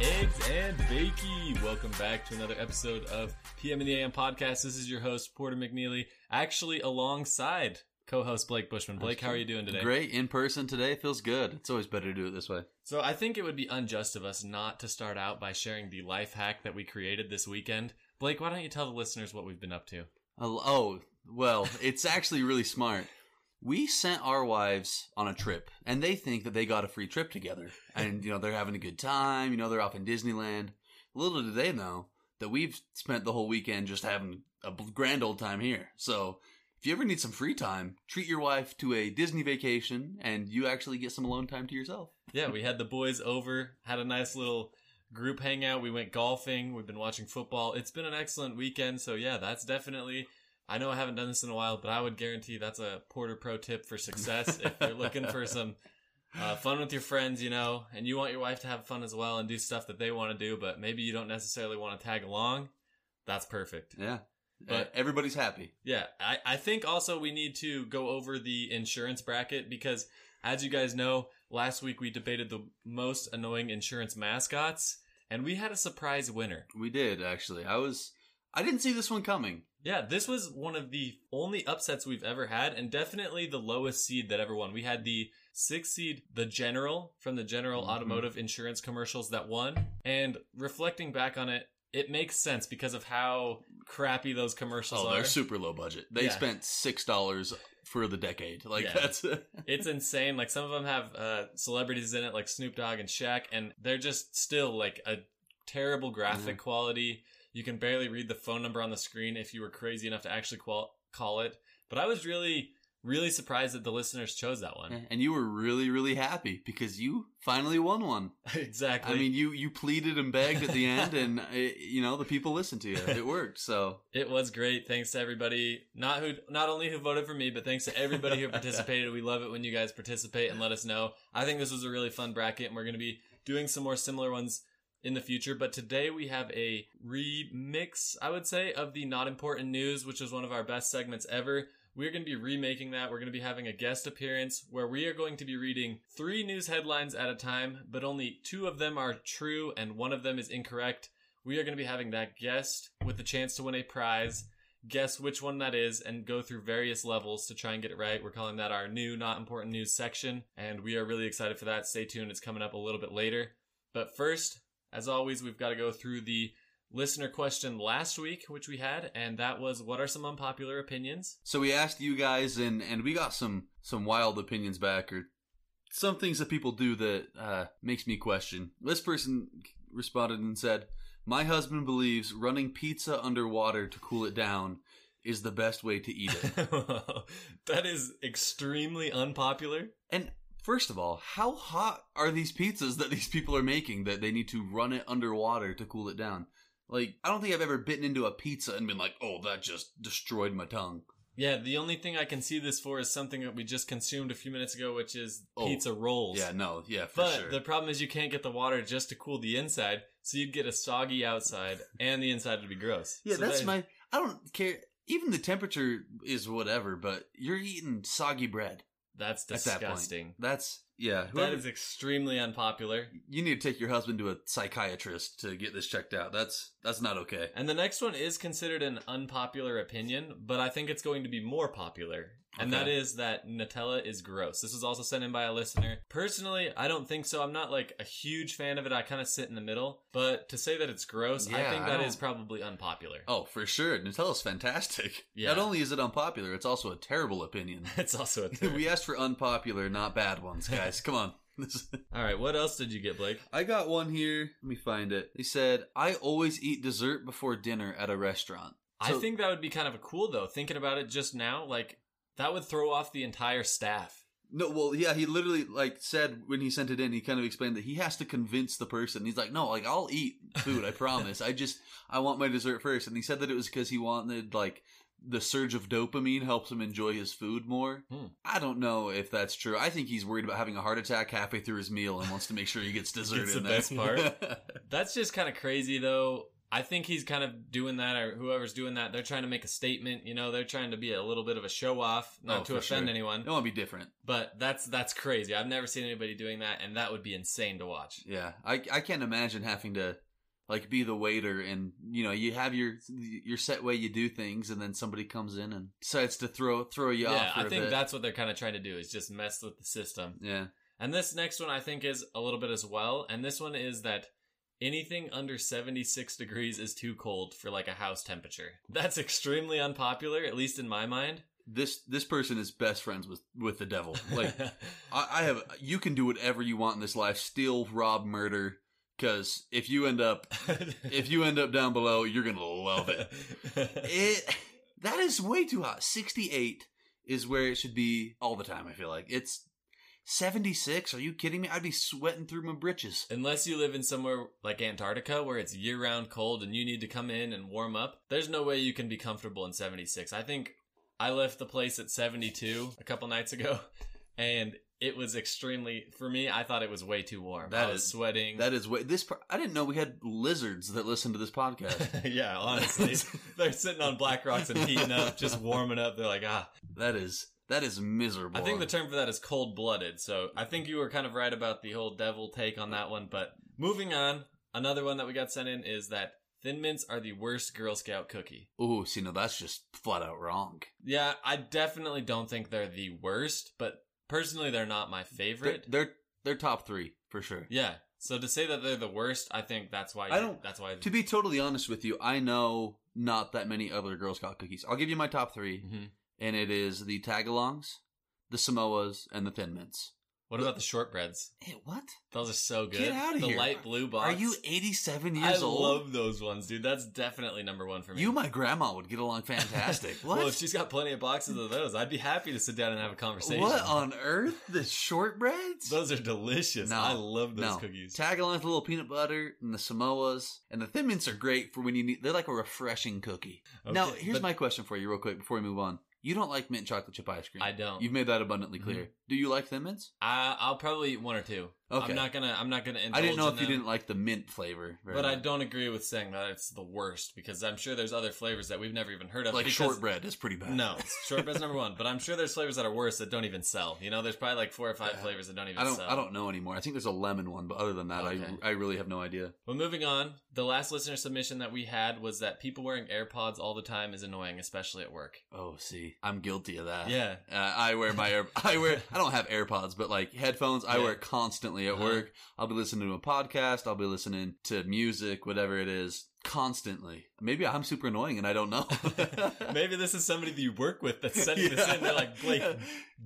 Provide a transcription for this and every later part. Eggs and Bakey. Welcome back to another episode of PM and the AM podcast. This is your host Porter McNeely, actually alongside co-host Blake Bushman. Blake, how are you doing today? Great in person today. Feels good. It's always better to do it this way. So I think it would be unjust of us not to start out by sharing the life hack that we created this weekend. Blake, why don't you tell the listeners what we've been up to? Oh, Oh, well, it's actually really smart. We sent our wives on a trip, and they think that they got a free trip together. And, you know, they're having a good time. You know, they're off in Disneyland. Little do they know that we've spent the whole weekend just having a b- grand old time here. So, if you ever need some free time, treat your wife to a Disney vacation, and you actually get some alone time to yourself. Yeah, we had the boys over, had a nice little group hangout. We went golfing. We've been watching football. It's been an excellent weekend. So yeah, that's definitely. I know I haven't done this in a while, but I would guarantee that's a Porter pro tip for success. if you're looking for some uh, fun with your friends, you know, and you want your wife to have fun as well and do stuff that they want to do, but maybe you don't necessarily want to tag along, that's perfect. Yeah. But- But everybody's happy. Yeah, I, I think also we need to go over the insurance bracket because, as you guys know, last week we debated the most annoying insurance mascots, and we had a surprise winner. We did, actually. I was, I didn't see this one coming. Yeah, this was one of the only upsets we've ever had, and definitely the lowest seed that ever won. We had the six seed, the General from the General Mhm. Automotive Insurance commercials that won. And reflecting back on it, it makes sense because of how crappy those commercials Oh, are. they're super low budget. They Yeah. spent six dollars for the decade. Like Yeah. that's it's insane. Like some of them have uh, celebrities in it, like Snoop Dogg and Shaq, and they're just still like a terrible graphic quality. You can barely read the phone number on the screen if you were crazy enough to actually qual- call it. But I was really, really surprised that the listeners chose that one. and you were really really happy because you finally won one. exactly. I mean, you you pleaded and begged at the end, and it, you know the people listened to you. It worked. So it was great. Thanks to everybody, not who, not only who voted for me, but thanks to everybody who participated. we love it when you guys participate and let us know. I think this was a really fun bracket, and we're going to be doing some more similar ones in the future. But today we have a remix, I would say, of the not important news, which is one of our best segments ever. We're going to be remaking that. We're going to be having a guest appearance where we are going to be reading three news headlines at a time, but only two of them are true and one of them is incorrect. We are going to be having that guest with the chance to win a prize. Guess which one that is and go through various levels to try and get it right. We're calling that our new not important news section, and we are really excited for that. Stay tuned, it's coming up a little bit later. But first, as always, we've got to go through the listener question last week, which we had, and that was what are some unpopular opinions? so we asked you guys, and and we got some some wild opinions back, or some things that people do that uh, makes me question. This person responded and said, "My husband believes running pizza underwater to cool it down is the best way to eat it." that is extremely unpopular. And first of all, how hot are these pizzas that these people are making that they need to run it underwater to cool it down? Like, I don't think I've ever bitten into a pizza and been like, oh, that just destroyed my tongue. Yeah, the only thing I can see this for is something that we just consumed a few minutes ago, which is Oh, pizza rolls. Yeah, no, yeah, for But sure. the problem is you can't get the water just to cool the inside, so you'd get a soggy outside, and the inside would be gross. yeah, So that's that- my. I don't care. Even the temperature is whatever, but you're eating soggy bread. That's at that point. disgusting. That's yeah. that whoever- is extremely unpopular. you need to take your husband to a psychiatrist to get this checked out. That's that's not okay. And the next one is considered an unpopular opinion, but I think it's going to be more popular. And Okay. that is that Nutella is gross. This was also sent in by a listener. Personally, I don't think so. I'm not like a huge fan of it. I kind of sit in the middle. But to say that it's gross, I Yeah, think I that don't- is probably unpopular. Oh, for sure. Nutella's fantastic. Yeah. Not only is it unpopular, it's also a terrible opinion. It's also a thing. we asked for unpopular, not bad ones, guys. Come on. All right, what else did you get, Blake? I got one here. Let me find it. They said, I always eat dessert before dinner at a restaurant. I So- think that would be kind of a cool though. Thinking about it just now, like that would throw off the entire staff. No, well, yeah, he literally like said when he sent it in, he kind of explained that he has to convince the person. He's like, "No, like I'll eat food, I promise. I just I want my dessert first. And he said that it was because he wanted like the surge of dopamine helps him enjoy his food more. Hmm. I don't know if that's true. I think he's worried about having a heart attack halfway through his meal and wants to make sure he gets dessert Gets in the there. best part. That's just kind of crazy though. I think he's kind of doing that, or whoever's doing that. They're trying to make a statement. You know, they're trying to be a little bit of a show off, not Oh, to for offend sure. anyone. It won't be different. But that's that's crazy. I've never seen anybody doing that, and that would be insane to watch. Yeah, I I can't imagine having to like be the waiter and you know you have your your set way you do things and then somebody comes in and decides to throw throw you Yeah, off. For I a think bit. that's what they're kind of trying to do is just mess with the system. yeah. And this next one I think is a little bit as well. And this one is that anything under 76 degrees is too cold for like a house temperature. That's extremely unpopular, at least in my mind. This this person is best friends with with the devil. Like I, I have you can do whatever you want in this life. Steal, rob, murder. Because if you end up if you end up down below, you're gonna love it. It that is way too hot. 68 is where it should be all the time. I feel like it's 76. Are you kidding me? I'd be sweating through my britches. Unless you live in somewhere like Antarctica where it's year round cold and you need to come in and warm up, there's no way you can be comfortable in 76. I think I left the place at 72 a couple nights ago and it was extremely, for me, I thought it was way too warm. That I was is- sweating. That is way this. Part, I didn't know we had lizards that listen to this podcast. yeah, honestly. They're sitting on black rocks and heating up, just warming up. They're like, ah. that is that is miserable. I think the term for that is cold blooded. So I think you were kind of right about the whole devil take on that one. But moving on, another one that we got sent in is that Thin Mints are the worst Girl Scout cookie. oh, see, no, that's just flat out wrong. Yeah, I definitely don't think they're the worst, but personally, they're not my They're, favorite. they're they're top three for sure. yeah. So to say that they're the worst, I think that's why. I don't- That's why. To be totally honest with you, I know not that many other Girl Scout cookies. I'll give you my top three, Mhm. and it is the Tagalongs, the Samoas, and the Thin Mints. What about the shortbreads? Hey, what? Those are so good. Get outta the here. light blue box. Are you 87 I years old? love those ones, dude. That's definitely number one for me. you, my grandma, would get along fantastic. What? well, if she's got plenty of boxes of those, I'd be happy to sit down and have a conversation. what on earth? The shortbreads? Those are delicious. No. I love those No. cookies. Tagalongs, with a little peanut butter, and the Samoas, and the Thin Mints are great for when you need. They're like a refreshing cookie. now, Okay, here's but my question for you, real quick, before we move on. You don't like mint chocolate chip ice cream. I don't. Mm-hmm. You've made that abundantly clear. Do you like Thin Mints? I, I'll probably eat one or two. Okay. I'm not gonna. I'm not gonna. I indulge didn't know in if you them. didn't like the mint flavor. very But I much. don't agree with saying that it's the worst because I'm sure there's other flavors that we've never even heard of. like because- shortbread is pretty bad. No, shortbread's number one. But I'm sure there's flavors that are worse that don't even sell. You know, there's probably like four or five Yeah. flavors that don't even Uh, I don't. sell. I don't know anymore. I think there's a lemon one, but other than that, Okay. I I really have no idea. Well, moving on. The last listener submission that we had was that people wearing AirPods all the time is annoying, especially at work. Oh, see, I'm guilty of that. yeah. Uh, I wear my air. I wear. I don't have AirPods, but like headphones, I Yeah. wear constantly at Uh-huh. work. I'll be listening to a podcast. I'll be listening to music, whatever it is, constantly. Maybe I'm super annoying and I don't know. Maybe this is somebody that you work with that's sending this in. They're like, Blake, get,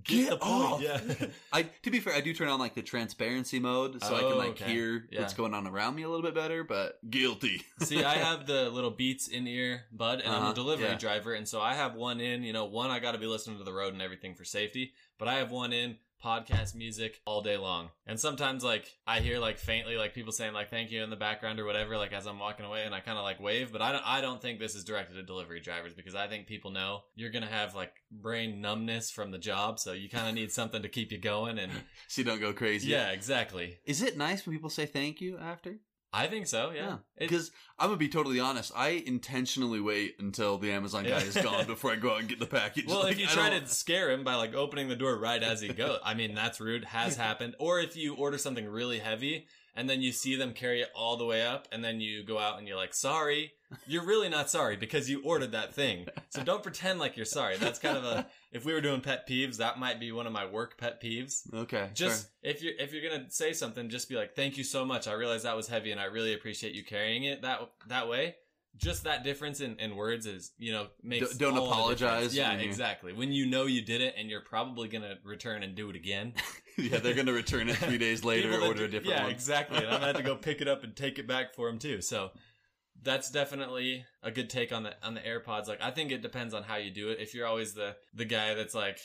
Get the point. off. Yeah. I to be fair, I do turn on like the transparency mode so I can Oh, like okay. hear Yeah. what's going on around me a little bit better. But guilty. See, I have the little Beats in ear bud, and I'm Uh-huh, a delivery yeah. driver, and so I have one in. You know, one I got to be listening to the road and everything for safety, but I have one in podcast music all day long. And sometimes, like, I hear like faintly like people saying like "thank you" in the background or whatever, like as I'm walking away, and I kind of like wave, but I don't. I don't think this is directed at delivery drivers because I think people know you're gonna have like brain numbness from the job, so you kind of need something to keep you going. And so you don't go crazy. yeah, exactly. Is it nice when people say thank you after? I think so. Yeah. It- Because I'm gonna be totally honest, I intentionally wait until the Amazon guy Yeah. is gone before I go out and get the package. Well, Like, if you I try don't- to scare him by like opening the door right as he goes, I mean that's rude. Has happened. Or if you order something really heavy and then you see them carry it all the way up, and then you go out and you're like, "Sorry," you're really not sorry because you ordered that thing. So don't pretend like you're sorry. That's kind of a. If we were doing pet peeves, that might be one of my work pet peeves. okay, Just if you're if you're gonna say something, just be like, "Thank you so much. I realize that was heavy, and I really appreciate you carrying it that that way." Just that difference in, in words is, you know, makes D- don't all the apologize difference. Yeah, when you- exactly. When you know you did it, and you're probably gonna return and do it again sure. yeah, they're gonna return it three days later, People that order a do- different yeah, one. exactly. And I'm gonna have to go pick it up and take it back for him too. So that's definitely a good take on the on the AirPods. Like I think it depends on how you do it. If you're always the the guy that's like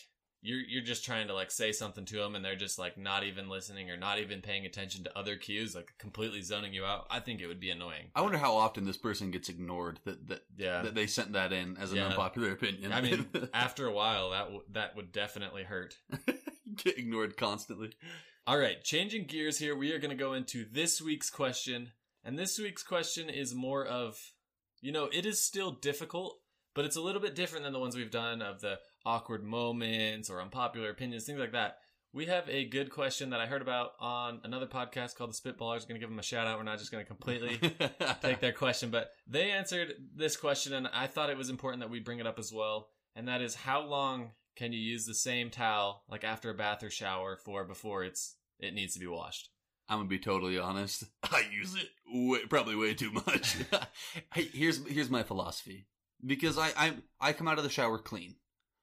you're you're just trying to like say something to them and they're just like not even listening or not even paying attention to other cues, like completely zoning you out. I think it would be annoying. I wonder how often this person gets ignored that that, Yeah. that they sent that in as an Yeah. unpopular opinion. I mean, after a while, that w- that would definitely hurt. get ignored constantly. All right, changing gears here, we are going to go into this week's question. And this week's question is more of You know, it is still difficult, but it's a little bit different than the ones we've done of the awkward moments or unpopular opinions, things like that. We have a good question that I heard about on another podcast called The Spitballers. going to give them a shout out. We're not just going to completely take their question, but they answered this question, and I thought it was important that we bring it up as well. And that is, how long can you use the same towel, like after a bath or shower, for before it's it needs to be washed? I'm gonna be totally honest. I use it way, probably way too much. Hey, here's here's my philosophy because I I I come out of the shower clean,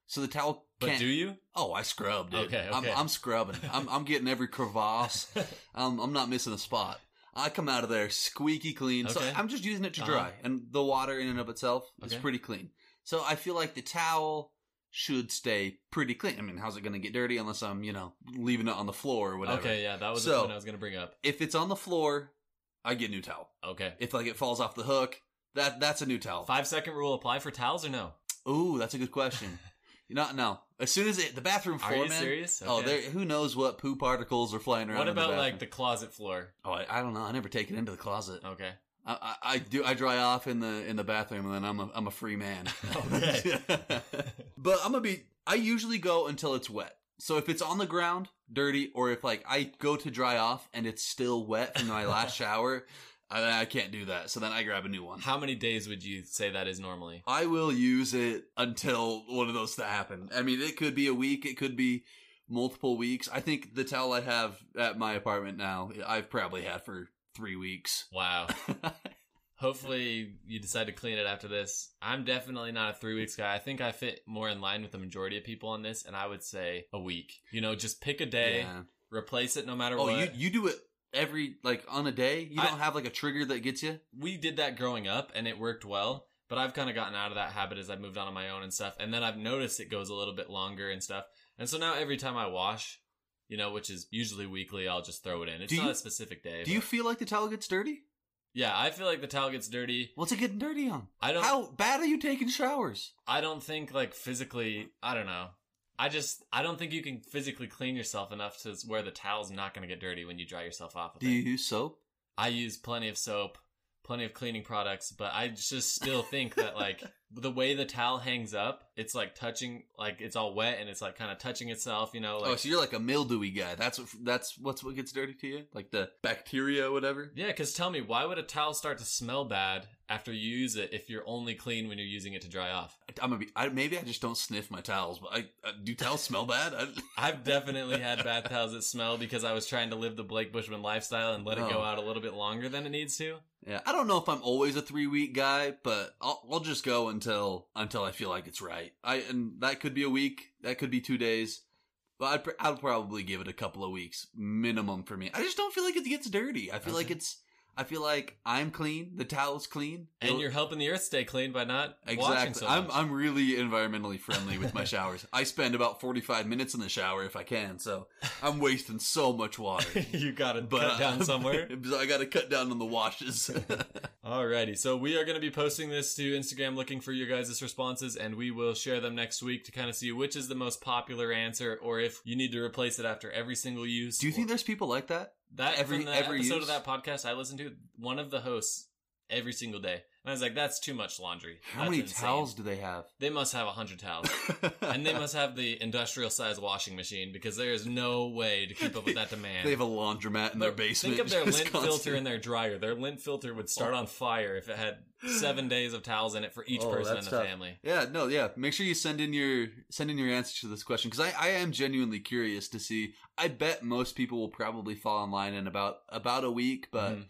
so the towel But can't. do you? oh, I scrubbed. Dude. Okay, I'm, okay. I'm scrubbing. I'm I'm getting every crevasse. I'm I'm not missing a spot. I come out of there squeaky clean. Okay. So I'm just using it to Uh-huh. dry, and the water in and of itself is Okay. pretty clean. So I feel like the towel should stay pretty clean. I mean, how's it gonna get dirty unless I'm you know leaving it on the floor or whatever? Okay, yeah, that was the So- one I was going to bring up. If it's on the floor, I get a new towel. Okay. If like it falls off the hook, that that's a new towel. Five second rule apply for towels or no? Ooh, that's a good question. you know, no. As soon as it, the bathroom Are floor, you man. serious? Oh, Okay. there. Who knows what poo particles are flying around? What in the about like Oh. the bathroom. closet floor? Oh, I, I don't know. I never take it into the closet. Okay. I, I, I do. I dry off in the in the bathroom, and then I'm a I'm a free man. Okay. but I'm gonna be. I usually go until it's wet. So if it's on the ground, dirty, or if like I go to dry off and it's still wet from my last shower, I, I can't do that. So then I grab a new one. How many days would you say that is normally? I will use it until one of those to happen. I mean, it could be a week, it could be multiple weeks. I think the towel I have at my apartment now, I've probably had for three weeks. Wow. Hopefully you decide to clean it after this. I'm definitely not a three weeks guy. I think I fit more in line with the majority of people on this, and I would say a week. You know, just pick a day, Yeah. replace it no matter Oh, what. you you do it every like on a day. You I- don't have like a trigger that gets you. we did that growing up and it worked well but i've kind of gotten out of that habit as i've moved on on my own and stuff and then i've noticed it goes a little bit longer and stuff and so now every time i wash you know which is usually weekly i'll just throw it in it's Do not you- a specific day Do you but- feel like the towel gets dirty? yeah i feel like the towel gets dirty What's it getting dirty on? i don't How bad are you taking showers? i don't think like physically i don't know i just i don't think you can physically clean yourself enough to where the towel's not going to get dirty when you dry yourself off with Do it. you use soap? I use plenty of soap, plenty of cleaning products, but I just still think that like the way the towel hangs up, it's like touching, like it's all wet and it's like kind of touching itself, you know? Like, oh, so you're like a mildewy guy. That's what that's what's what gets dirty to you, like the bacteria, or whatever. yeah, because tell me, why would a towel start to smell bad after you use it if you're only clean when you're using it to dry off? I'm gonna be. I, maybe I just don't sniff my towels, but I, I do towels smell bad. I, I've definitely had bath towels that smell because I was trying to live the Blake Bushman lifestyle and let it go Oh. out a little bit longer than it needs to. yeah, I don't know if I'm always a three week guy, but I'll, I'll just go until until I feel like it's right. I and that could be a week, that could be two days, but I'd, pr- I'd probably give it a couple of weeks minimum for me. I just don't feel like it gets dirty. I feel like Okay. it's. I feel like I'm clean. The towel's clean, And you're helping the earth stay clean by not washing exactly. so I'm much. I'm really environmentally friendly with my showers. I spend about 45 minutes in the shower if I can, so I'm wasting so much water. you gotta but cut down uh, somewhere. so I got to cut down on the washes. Alrighty, so we are going to be posting this to Instagram looking for your guys' responses, and we will share them next week to kind of see which is the most popular answer, or if you need to replace it after every single use. Do you think there's people like that? that every- from the every episode of use? that podcast I listened to, one of the hosts every single day, and I was like, "That's too much laundry." How That's many insane." towels do they have? They must have a hundred towels, and they must have the industrial size washing machine because there is no way to keep up with that demand. They have a laundromat in their But basement. Think of their just lint filter constant- in their dryer. Their lint filter would start on fire if it had seven days of towels in it for each Oh, person in that's the tough. family. Yeah, no, yeah. Make sure you send in your send in your answer to this question because I, I am genuinely curious to see. I bet most people will probably fall in line in about about a week, but Mhm.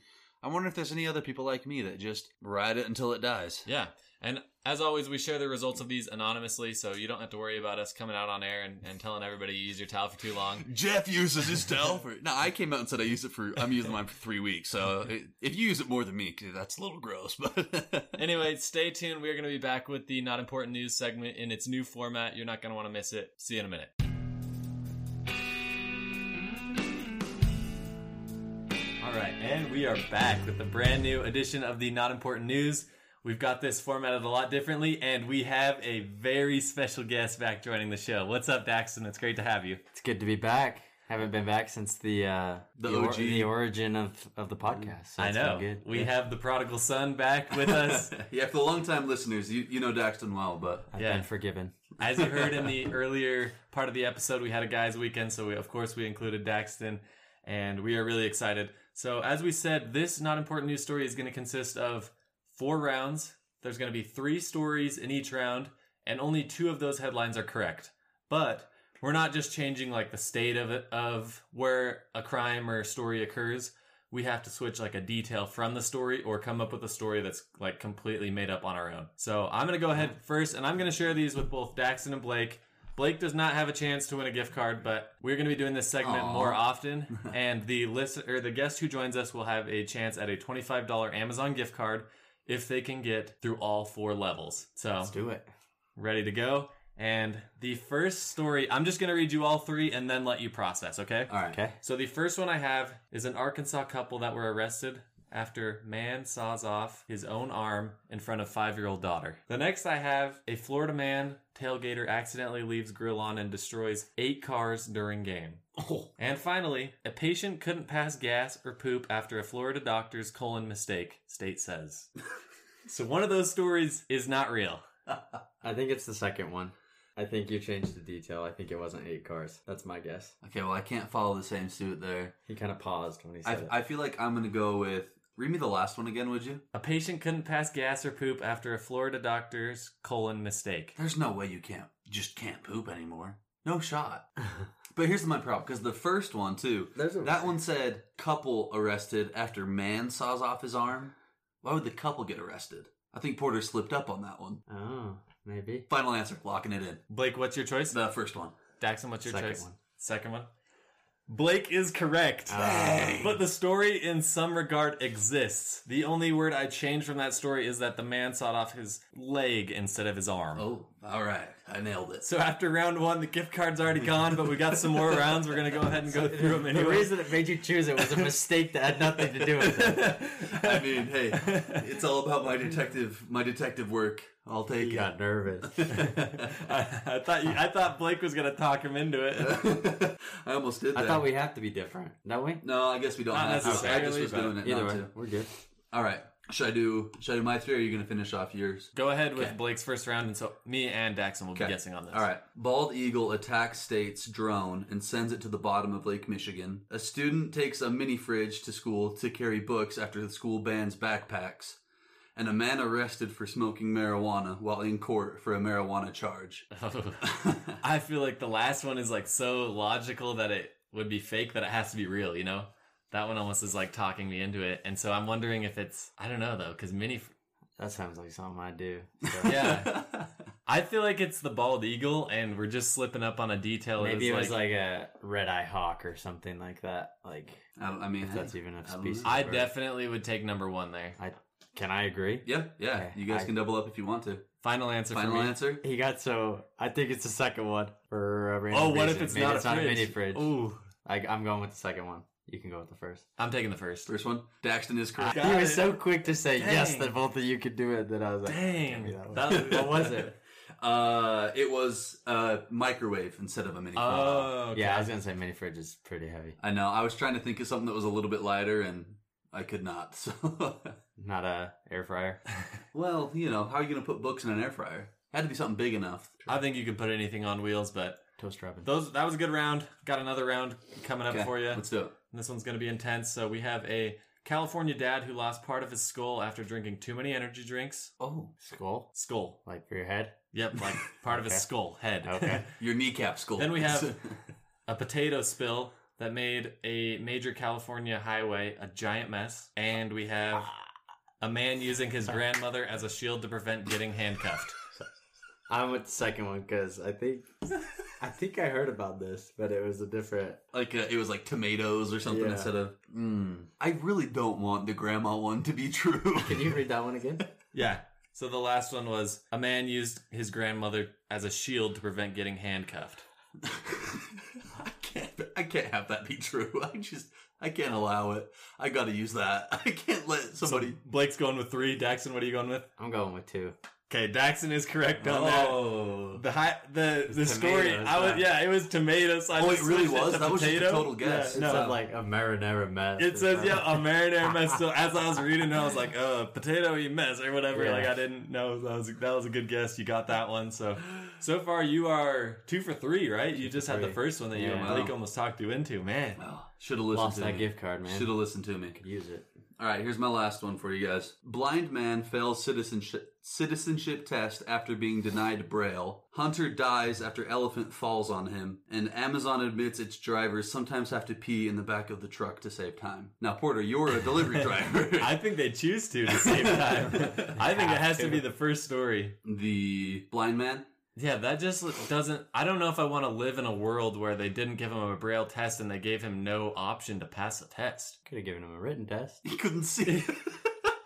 I wonder if there's any other people like me that just ride it until it dies. yeah. And as always, we share the results of these anonymously, so you don't have to worry about us coming out on air and, and telling everybody you use your towel for too long. Jeff uses his towel for. No, I came out and said I use it for. I'm using mine for three weeks. So i- if you use it more than me, that's a little gross. But Anyway, stay tuned. We're going to be back with the not important news segment in its new format. You're not going to want to miss it. See you in a minute. All right, and we are back with the brand new edition of the Not Important News. We've got this formatted a lot differently, and we have a very special guest back joining the show. What's up, Daxton? It's great to have you. It's good to be back. Haven't been back since the uh, The or- OG. the origin of, of the podcast. so I it's been know. good. We Yeah. have the prodigal son back with us. yeah, for the long-time listeners, you, you know Daxton well, but I've yeah. been forgiven. As you heard in the earlier part of the episode, we had a guys' weekend, so we, of course we included Daxton, and we are really excited. So, as we said, this not important news story is going to consist of four rounds. There's going to be three stories in each round, and only two of those headlines are correct. But we're not just changing like the state of it, of where a crime or story occurs. We have to switch like a detail from the story or come up with a story that's like completely made up on our own. So I'm gonna go ahead first and I'm gonna share these with both Daxon and Blake. Blake does not have a chance to win a gift card, but we're gonna be doing this segment Aw. more often. and the list or the guest who joins us will have a chance at a $25 Amazon gift card if they can get through all four levels. So Let's do it. ready to go. And the first story, I'm just going to read you all three and then let you process, okay? all right. Okay. So the first one I have is an Arkansas couple that were arrested after man saws off his own arm in front of five-year-old daughter. The next I have a Florida man tailgater accidentally leaves grill on and destroys eight cars during game. And finally, a patient couldn't pass gas or poop after a Florida doctor's colon mistake, state says. so one of those stories is not real. I think it's the second one. I think you changed the detail. I think it wasn't eight cars. That's my guess. Okay, well, I can't follow the same suit there. He kind of paused when he I, said I feel like I'm going to go with... Read me the last one again, would you? A patient couldn't pass gas or poop after a Florida doctor's colon mistake. There's no way you can't just can't poop anymore. No shot. it. But here's my problem because the first one too. There's a- That one said couple arrested after man saws off his arm. Why would the couple get arrested? I think Porter slipped up on that one. Oh, maybe. Final answer, locking it in. Blake, what's your choice? The first one. Daxon, what's your Second choice? one. Second one. Blake is correct. Ah. But the story in some regard exists. The only word I changed from that story is that the man sawed off his leg instead of his arm. Oh, all right, I nailed it. So after round one, the gift card's already gone, but we got some more rounds. We're going to go ahead and go through them The anyway. reason it made you choose it was a mistake that had nothing to do with it. I mean, hey, it's all about my detective, my detective work. I'll take He got nervous. I, I thought you, I thought Blake was going to talk him into it. it. I almost did that. I thought we have to be different, don't we? No, I guess we don't Not have. To. I just necessarily, was but doing it. Either not way, to. we're good. All right. Should I do? Should I do my three? Or are you going to finish off yours? Go ahead with Okay. Blake's first round, and so me and Daxon will be Okay. guessing on this. All right. Bald Eagle attacks state's drone and sends it to the bottom of Lake Michigan. A student takes a mini fridge to school to carry books after the school bans backpacks. And a man arrested for smoking marijuana while in court for a marijuana charge. I feel like the last one is like so logical that it would be fake that it has to be real, you know? That one almost is like talking me into it. And so I'm wondering if it's, I don't know though, because mini, That sounds like something I do. So yeah. I feel like it's the bald eagle and we're just slipping up on a detail. maybe it was like, a red eye hawk or something like that. Like I, don't, I mean, if that's hey, even a I don't species. know. I bird. definitely would take number one there. Can I agree? yeah, yeah. Okay, you guys I- can double up if you want to. Final answer for Final me. answer. He got so. I think it's the second one for a random Oh, what if reason. it's Maybe not, it's a, not fridge? a mini fridge? Ooh, I, I'm going with the second one. You can go with the first. I'm taking the first. First one. Daxton is correct. Got he was it. so quick to say yes Dang. that both of you could do it that I was like, Dang. "Give me that one." That- what was it? Uh, it was uh, microwave instead of a mini. fridge. Oh, okay. Uh, Yeah, I was gonna say mini fridge is pretty heavy. I know. I was trying to think of something that was a little bit lighter, and I could not. So, Not a air fryer. well, you know, how are you going to put books in an air fryer? Had to be something big enough. I think you could put anything on wheels, but Toaster oven. those that was a good round. Got another round coming up Okay, for you. Let's do it. And This one's going to be intense. So we have a California dad who lost part of his skull after drinking too many energy drinks. Oh, Skull? Skull. Like for your head? Yep, like part of his Okay. skull, head. Okay. your kneecap skull. Then we have- a potato spill that made a major California highway a giant mess. And we have a man using his grandmother as a shield to prevent getting handcuffed. I went the second one because I think I think I heard about this, but it was a different. like uh it was like tomatoes or something Yeah. instead of. Mm, I really don't want the grandma one to be true. Can you read that one again? Yeah. So the last one was a man used his grandmother as a shield to prevent getting handcuffed. I can't. I can't have that be true. I just. I can't allow it. I got to use that. I can't let So somebody. Blake's going with three. Daxon, what are you going with? I'm going with two. Okay, Daxon is correct on that. Oh. The high, the the It's scoring, tomatoes, I was huh? yeah, it was tomatoes. I Oh, just it really switched was? to That was just a potato. total guess. Yeah, It no, said like a marinara mess. It or says, yeah, a something. marinara mess. So as I was reading it, I was like, uh, potato you mess or whatever. Yeah. Like I didn't know that was that was a good guess. You got that one. So so far you are two for three, right? you for just had the three. first one that you and Yeah. Blake almost talked you into, man. Well, should have oh, listened Lost to that me. gift card, man. Should have listened to me. Could use it. All right, here's my last one for you guys. Blind man fails citizenship citizenship test after being denied braille. Hunter dies after elephant falls on him, and Amazon admits its drivers sometimes have to pee in the back of the truck to save time. Now, Porter, you're a delivery driver. I think they choose to to save time. I think it has to be the first story. the blind man. Yeah, that just l- doesn't. I don't know if I want to live in a world where they didn't give him a braille test and they gave him no option to pass the test. Could have given him a written test. He couldn't see.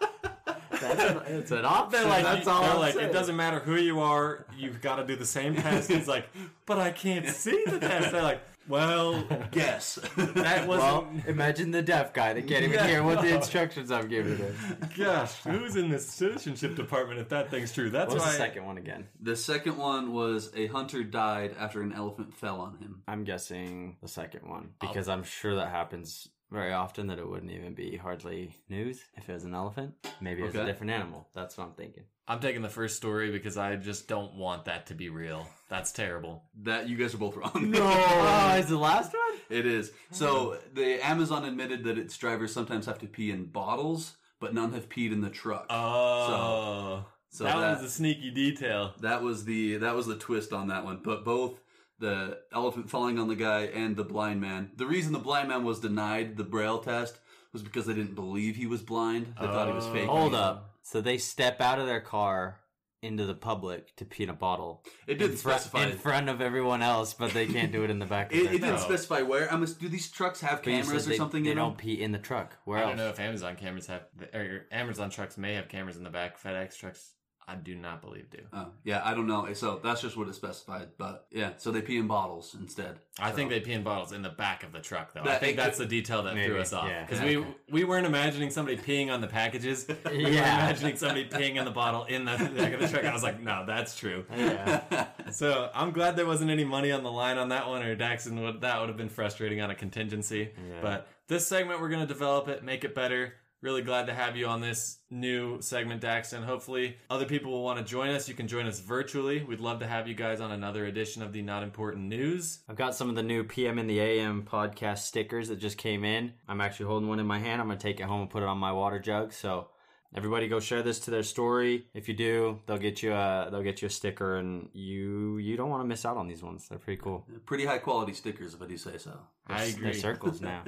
That's an, it's an option. They're like, that's you- all. they're I'm like saying. it doesn't matter who you are, you've got to do the same test. He's like, but I can't see the test. They're like, well, Guess. that Well, wasn't. imagine the deaf guy that can't even Yeah, hear what the no. instructions I'm giving him. gosh, who's in the citizenship department if that thing's true? That's What's the why. second one again? the second one was a hunter died after an elephant fell on him. I'm guessing the second one because I'm sure that happens very often that it wouldn't even be hardly news if it was an elephant. Maybe it's Okay. a different animal. That's what I'm thinking. I'm taking the first story because I just don't want that to be real. That's terrible. That you guys are both wrong. Oh, is the last one? It is. So Hmm. the Amazon admitted that its drivers sometimes have to pee in bottles, but none have peed in the truck. Uh, Oh, so that, that, was a sneaky detail. that was the that was the twist on that one. But both the elephant falling on the guy and the blind man. The reason the blind man was denied the braille test was because they didn't believe he was blind. They thought he was Oh. fake. Hold up. So they step out of their car into the public to pee in a bottle It didn't in, fr- specify. in front of everyone else, but they can't do it in the back. Of it, their it didn't No. specify where. I must. Do these trucks have But you said cameras or they, something? They in don't them? pee in the truck. Where I else? don't know if Amazon cameras have, or Amazon trucks may have cameras in the back. FedEx trucks, I do not believe do. Oh, yeah, I don't know. So that's just what it specified. But yeah, so they pee in bottles instead. I So- think they pee in bottles in the back of the truck, though. I That- think it- that's the detail that threw Maybe, us off yeah. because Yeah, we we weren't imagining somebody peeing on the packages. We were Yeah. imagining somebody peeing in the bottle in the back of the truck. I was like, no, that's true. Yeah. So I'm glad there wasn't any money on the line on that one, or Daxon would that would have been frustrating on a contingency. Yeah. But this segment, we're gonna develop it, make it better. Really glad to have you on this new segment, Daxon. Hopefully, other people will want to join us. You can join us virtually. We'd love to have you guys on another edition of the Not Important News. I've got some of the new PM in the AM podcast stickers that just came in. I'm actually holding one in my hand. I'm going to take it home and put it on my water jug. So everybody go share this to their story. If you do, they'll get you a they'll get you a sticker and you you don't want to miss out on these ones. They're pretty cool. Pretty high quality stickers, if I do say so. I They're- They're agree. circles now.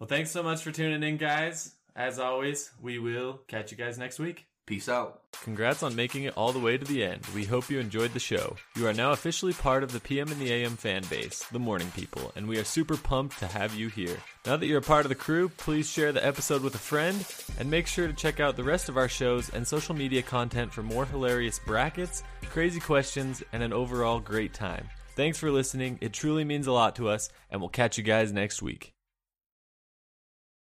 Well, thanks so much for tuning in, guys. As always, we will catch you guys next week. Peace out. Congrats on making it all the way to the end. We hope you enjoyed the show. You are now officially part of the PM and the AM fan base, the Morning People, and we are super pumped to have you here. Now that you're a part of the crew, please share the episode with a friend and make sure to check out the rest of our shows and social media content for more hilarious brackets, crazy questions, and an overall great time. Thanks for listening. It truly means a lot to us, and we'll catch you guys next week.